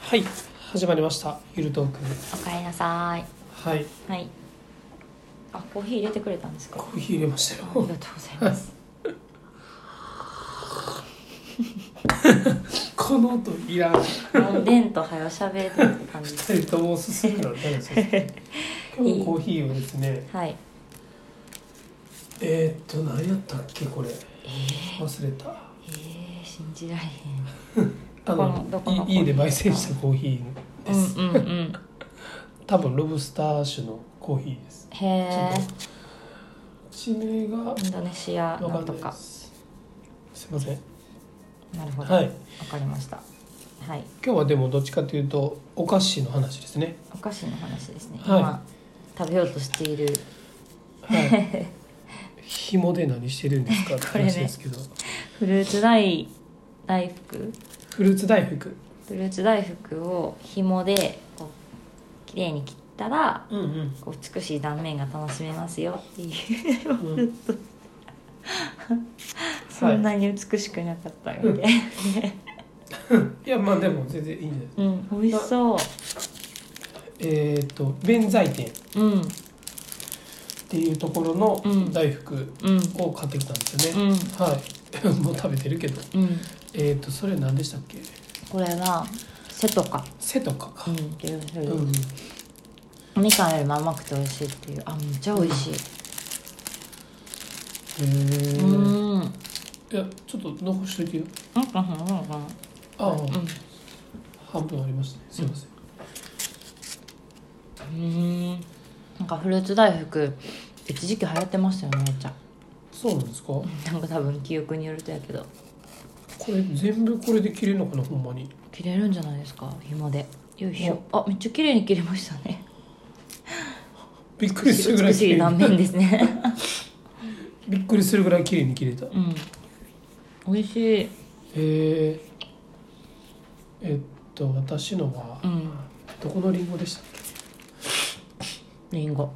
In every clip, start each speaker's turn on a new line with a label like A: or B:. A: はい始まりましたゆるトーク
B: おかえりなさい
A: はい
B: はいあコーヒー入れてくれたんですか
A: コーヒー入れました
B: あ り
A: よ
B: がとうございます
A: この音いらん
B: もうベンとはよしゃべってたんです
A: 二人とも進むのになるん ですよ今日のコーヒーはですね
B: はい
A: えー、っと何やったっけこれ
B: えー、
A: 忘れた
B: えー、信じられへん
A: あ
B: どこのどこのコーヒー
A: い家で焙煎したコーヒーです、
B: うんうんうん
A: 多分ロブスター種のコーヒーです
B: へえ
A: 地名が
B: インドネシア
A: わ
B: の
A: か
B: と
A: んない
B: か
A: ですすいません
B: なるほどわ、
A: はい
B: かりましたはい
A: 今日はでもどっちかというとお菓子の話ですね
B: お菓子の話ですね、
A: はい
B: 今食べようとしている
A: はい 紐で何してるんですかって話ですけど、
B: フルーツ大大福
A: フルーツ大福
B: フルーツ大福を紐でこう綺麗に切ったら
A: うんうん
B: こう美しい断面が楽しめますよっていう
A: うん
B: そんなに美しくなかったよね、
A: いやまあでも全然いいんじゃない
B: うん、美味しそ
A: えっ、と弁財天っ
B: ううん
A: ていうところの
B: うん
A: 大福
B: うん
A: を買ってきたんですよ
B: う
A: ね、
B: ん
A: はい もう食べてるけど
B: うん
A: えっ、とそれ何でしたっけ
B: これは瀬戸か、
A: 背とか
B: う
A: か
B: ん、っていうふう
A: うん、
B: に、みかんよりも甘くて美味しいっていうあめっちゃ美味しい
A: へ
B: うん
A: ー
B: うんうん
A: いやちょっと残しといてよ
B: う
A: ああ、
B: ん
A: 半分ありましたねすいません、
B: うんなんかフルーツ大福一時期流行ってましたよねめっちゃ
A: そうなんですかこ
B: なんか多分記憶によるとやけど
A: れ全部これで切れるのかなほんまに
B: 切れるんじゃないですか紐でよいしょあめっちゃ綺麗に切れましたね
A: びっくり
B: 美
A: するぐらい綺
B: しい
A: 麗
B: 断
A: に
B: 面ですね
A: びっくりするぐらい綺麗に切れたへ
B: うん美味しい
A: ええっと私のは
B: うん
A: どこのリンゴでしたっけ
B: りんご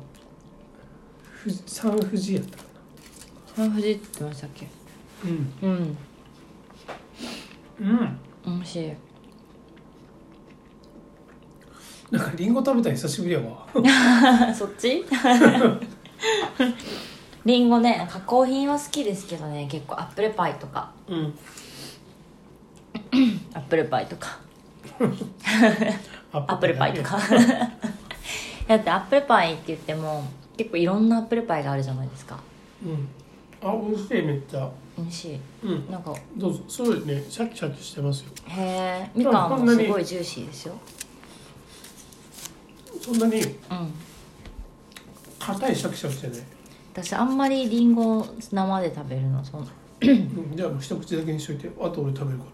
A: 富士三富士やったか
B: 三富士って言ってましたっけ
A: なうん
B: うん
A: うん
B: 美味しい
A: なんかリンゴ食べたの久しぶりやわ
B: そっち りんごね加工品は好きですけどね結構アップルパイとか
A: うん
B: アップルパイとか
A: ア
B: アップルパイとか だってアップルパイって言っても結構いろんなアップルパイがあるじゃないですか
A: うんあ美味しいめっちゃ
B: 美味し
A: うん
B: いなんか
A: どうぞそうですねシャキシャキしてますよ
B: へえみかんもすごいジューシーですよ
A: そんなに
B: うん
A: 硬いシャキシャキしてない、
B: 私あんまりりんご生で食べるのそん
A: うん、じゃあもう一口だけにしといてあと俺食べるから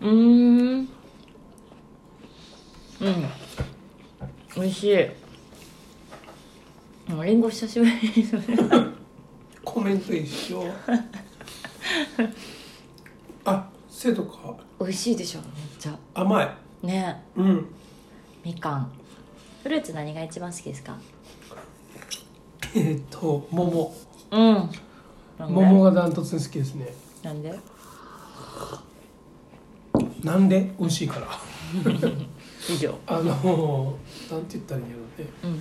B: うーんうん美味しいもうりんご久しぶりに食べる
A: コメント一緒 あ背とか
B: 美味しいでしょめっちゃ
A: 甘い
B: ね
A: うん
B: みかんフルーツ何が一番好きですか
A: えーっと桃
B: うん
A: 桃がダントツに好きですね
B: なんで
A: なんで美味しい から
B: 以上
A: あのーなんて言ったらいいんやろうね
B: うん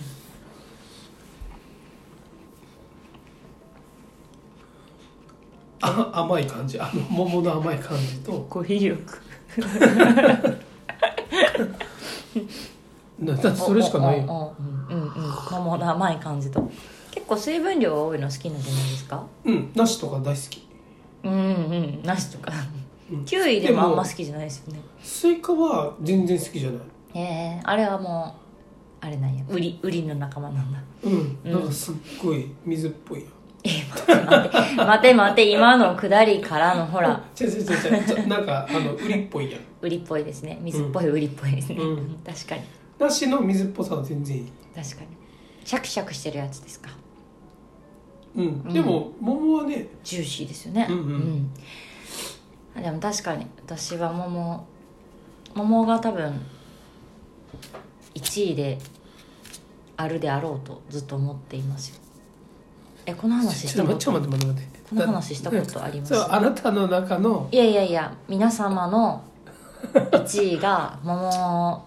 A: あ甘い感じあの桃の甘い感じと
B: コーヒー力
A: なだってそれしかない
B: うんう
A: よ
B: んうんうん桃の甘い感じと結構水分量が多いの好きなんじゃないですか
A: うん梨とか大好き
B: うんうん梨とか
A: うん
B: キウイでもあんま好きじゃないですよね
A: スイカは全然好きじゃない
B: へえあれはもうあれなんやウリウリの仲間なんだ
A: うん
B: うん
A: なんかすっごい水っぽいやん
B: 待て待て今の下りからのほら
A: 違う違う違う違 うなんかあの売りっぽいやん
B: ウリっぽいですね水っぽいウリっぽいですね、
A: うん
B: 確かに
A: 梨の水っぽさは全然いい
B: 確かにシャキシャキしてるやつですか
A: うん、
B: うん
A: でも桃はね
B: ジューシーですよね
A: うんうん
B: うんでも確かに私は桃桃が多分1位であるであろうとずっと思っていますよえこの話し
A: ち
B: た
A: ょっ
B: ことと
A: 待って待って待って
B: この話したことありま
A: そ
B: す
A: れはあなたの中の
B: いやいやいや皆様の1位が桃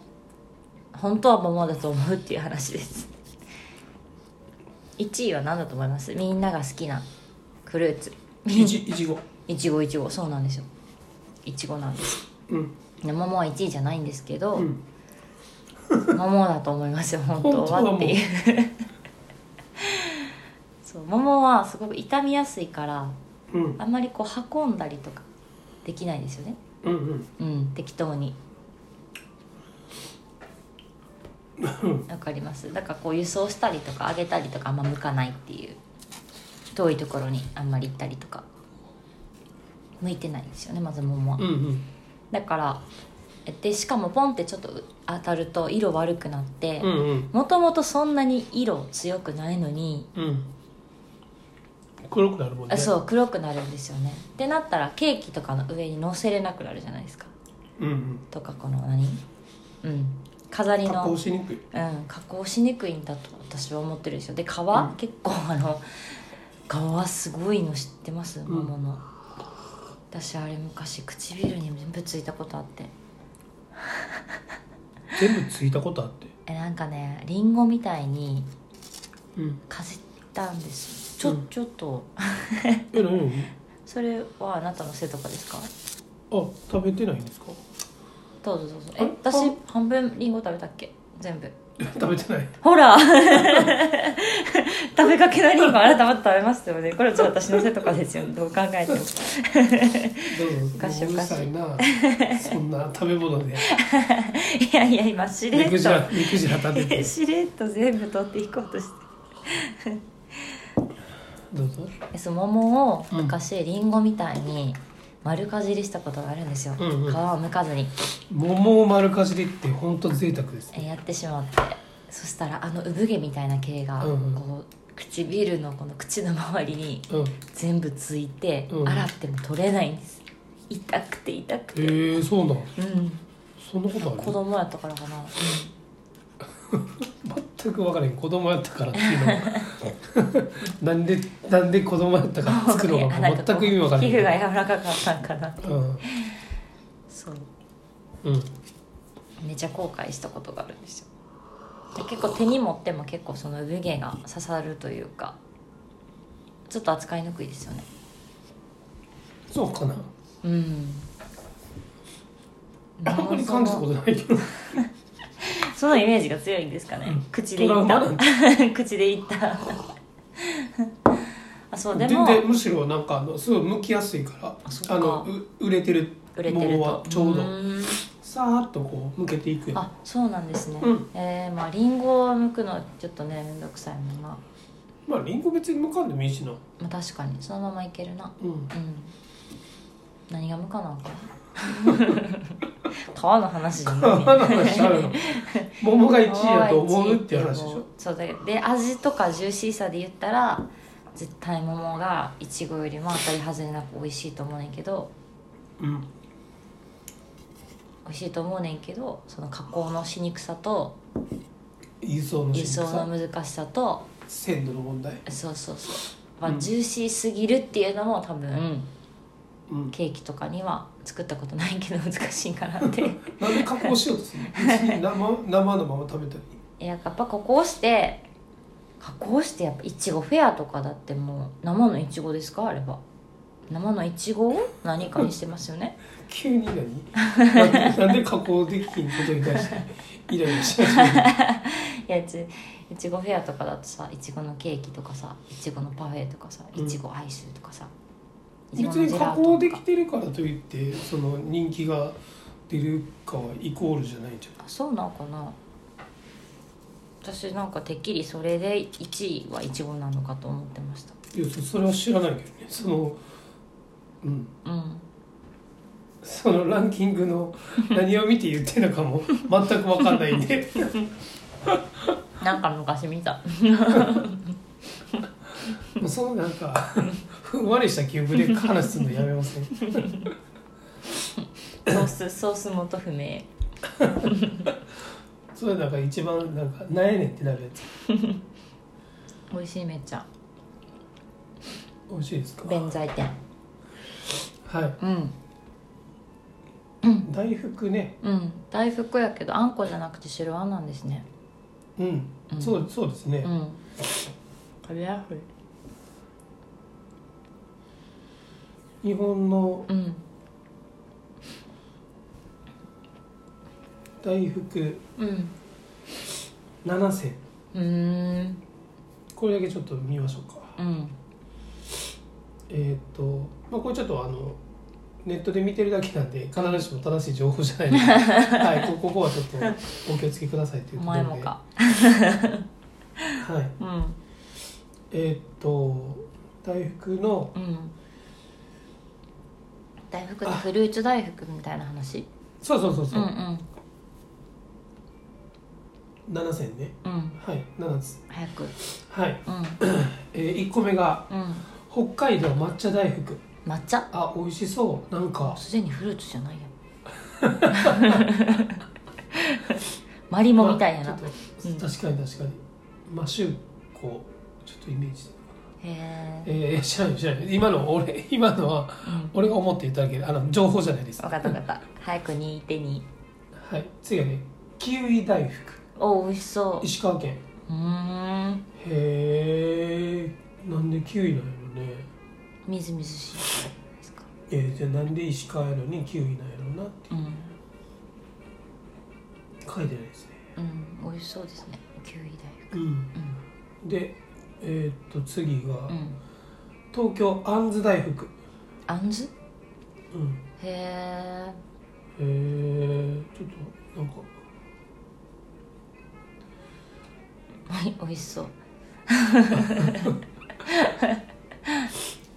B: 本当は桃だと思うっていう話です1位は何だと思いますみんなが好きなフルーツ
A: いちいちご
B: いちごいちごそうなんですよいちごなんです
A: うん
B: で桃は1位じゃないんですけど、
A: うん
B: 桃だと思いますよ本当
A: 本当はも
B: は
A: う
B: っていう そう桃はすごく傷みやすいから
A: うん
B: あんまりこう運んだりとかできないですよね
A: うんうん
B: うん適 当にわかりますだからこう輸送したりとかあげたりとかあんま向かないっていう遠いところにあんまり行ったりとか向いてないですよねまず桃は、
A: うんうん
B: だからえでしかもポンってちょっと当たると色悪くなって
A: うんうん
B: もともとそんなに色強くないのに
A: うん黒くなるもんね
B: あそう黒くなるんですよねってなったらケーキとかの上に乗せれなくなるじゃないですか
A: うんうん
B: とかこの何うん飾り
A: 加
B: の
A: 工しにくい
B: うん、加工しにくいんだと私は思ってるんですよで皮、結構あの皮すごいの知ってます
A: ん
B: 桃の、私あれ昔唇に全部ついたことあって
A: 全部ついたことあって
B: えなんかねりんごみたいに
A: うん
B: かじったんですちょ、
A: うん
B: ちょっと
A: え何何
B: それはあなたのせいとかですか
A: あ食べてないんですか
B: どうぞどうぞ
A: あ
B: え私
A: あ
B: 半分りんご食べたっけ全部
A: 食べてない
B: ほら 食べかけのりんごあなたもっと食べますよねこれちょっと私のせいとかですよねどう考えても
A: どうぞ
B: おかしい
A: もううるさいなそんな食べ物で
B: いやいや今しれっ
A: 肉
B: と
A: じゃ肉じゃ食べて
B: しれっと全部取っていこうとして
A: どうぞ
B: えそう桃を
A: うん
B: 昔りんごみたいに丸かじりしたことがあるんですよ、
A: うんうん
B: 皮を剥かずに
A: 桃を丸かじりって本当贅沢ですね
B: えやってしまってそしたらあの産毛みたいな毛がこう、
A: うんうん
B: 唇のこの口の周りに
A: うん
B: 全部ついて、
A: うん
B: 洗っても取れないんです痛くて痛く
A: え
B: て、
A: ー、そうなん
B: うん
A: そんなことある
B: 子供やったからかな、うん
A: 全く分からへん子供やったからっていうのはなんでなんで子供やったから作るの
B: あ
A: か
B: なんかこう
A: 全く意味分からへん
B: 皮膚が柔らかかったんかな
A: うん
B: そう
A: うん
B: めちゃ後悔したことがあるんですよで結構手に持っても結構その産毛が刺さるというかちょっと扱いにくいですよね
A: そうかな
B: うん
A: あんまり感じたことないけど
B: そのイメージが強いんですかね、
A: うん
B: 口で
A: トラ
B: 言
A: ウマな
B: っ
A: ん
B: た 口で言ったあそうで
A: 全
B: も
A: 然むしろなんかあのすごい剥きやすいから
B: あそっか
A: あのう売れてる
B: 売れてる
A: 桃は
B: と
A: ちょうど
B: ーん
A: さーっとこう剥けていくやん
B: あそうなんですね、
A: うん
B: えーまありんごを剥くのちょっとねめんどくさいもんな、ま
A: まありんご別に剥かんでもいいしな
B: あ、確かにそのままいけるな
A: うん
B: うん何が無かなのか 川の話じゃない
A: 何の話ある の桃が1位やと思うっていう話でしょ
B: そうだけどで味とかジューシーさで言ったら絶対桃がいちごよりも当たり外れなく美味しいと思うねんけど
A: うん
B: 美味しいと思うねんけどその加工のしにくさと
A: 輸送の
B: 輸
A: 進
B: 送
A: 化
B: の難しさと
A: 鮮度の問題
B: そうそうそう、まあ
A: うん
B: ジューシーすぎるっていうのも多分
A: うん
B: ケーキとかには作ったことないけど難しいかなって。
A: なんで加工しようとするの別に生生のまま食べたり
B: いややっぱ加工して加工してやっぱいちごフェアとかだってもう生のいちごですかあれば生のいちごを何かにしてますよね
A: 急に何なんでなんで加工できひんことに対してイライラし始める
B: いやちいちごフェアとかだとさいちごのケーキとかさいちごのパフェとかさ
A: うん
B: いちごアイスとかさ、いちご
A: 別
B: の
A: に
B: ジェ
A: 加
B: ラ
A: 工
B: ート
A: で
B: と
A: き
B: か
A: てるからといってその人気が出るかはイコールじゃないじゃん
B: あそうなのかな私なんかてっきりそれで1位はいちごなのかと思ってました
A: いやそそれは知らないけどねそのうん
B: うん
A: そのランキングの何を見て言ってるのかも全く分かんないんで
B: なんか昔見た
A: もうそのなんかふんわりした記憶で話すのやめません
B: ソースソース元不明
A: それなんか一番なんか「なんやねん」ってなるやつ
B: 美味しいめっちゃ
A: 美味しいですか
B: 弁財天
A: はい
B: うん
A: 大福ね
B: うん大福やけどあんこじゃなくて白あんなんですね
A: うん、
B: うん
A: そうそうですね、
B: うん食べやすい
A: 日本の
B: うん
A: 大福
B: うん
A: 7選
B: うーん
A: これだけちょっと見ましょうか
B: うん
A: えっ、と、まあ、これちょっとあのネットで見てるだけなんで必ずしも正しい情報じゃない ので、はい、こここはちょっとお気をつけくださいという
B: お
A: ところで
B: 前もか
A: はい
B: うん
A: えっ、と大福の
B: うん大福ってフルーツ大福みたいな話
A: そうそうそう
B: う
A: そ
B: んう
A: うん7選ね
B: うん
A: はい7つ
B: 早く
A: はい、
B: うん
A: え1個目が
B: うん
A: 北海道抹茶大福
B: 抹茶
A: あ美味しそうなんか
B: すでにフルーツじゃないやん マリモみたいやな、
A: まあちょっと
B: うん
A: 確かに確かにマシューコちょっとイメージ
B: へえ、
A: えー、知らない知らない今の俺 今のは
B: うん、
A: 俺が思っていただけであの情報じゃないです
B: 分かった分かった早くに手に
A: はい次はねキウイ大福
B: お美味しそ
A: 石川県
B: ううーん
A: へえなんでキウイなんやろね
B: みずみずしいですか
A: えー、じゃあなんで石川やのにキウイなんやろなって
B: うん
A: 書いてないですね
B: うん美味しそうですねキウイ大
A: う
B: 福
A: ん
B: うん
A: でえー、っと次が、
B: うん
A: 東京あんず大福
B: あんず
A: うん
B: へ
A: へ
B: え
A: えちょっとなんか
B: おい美味しそう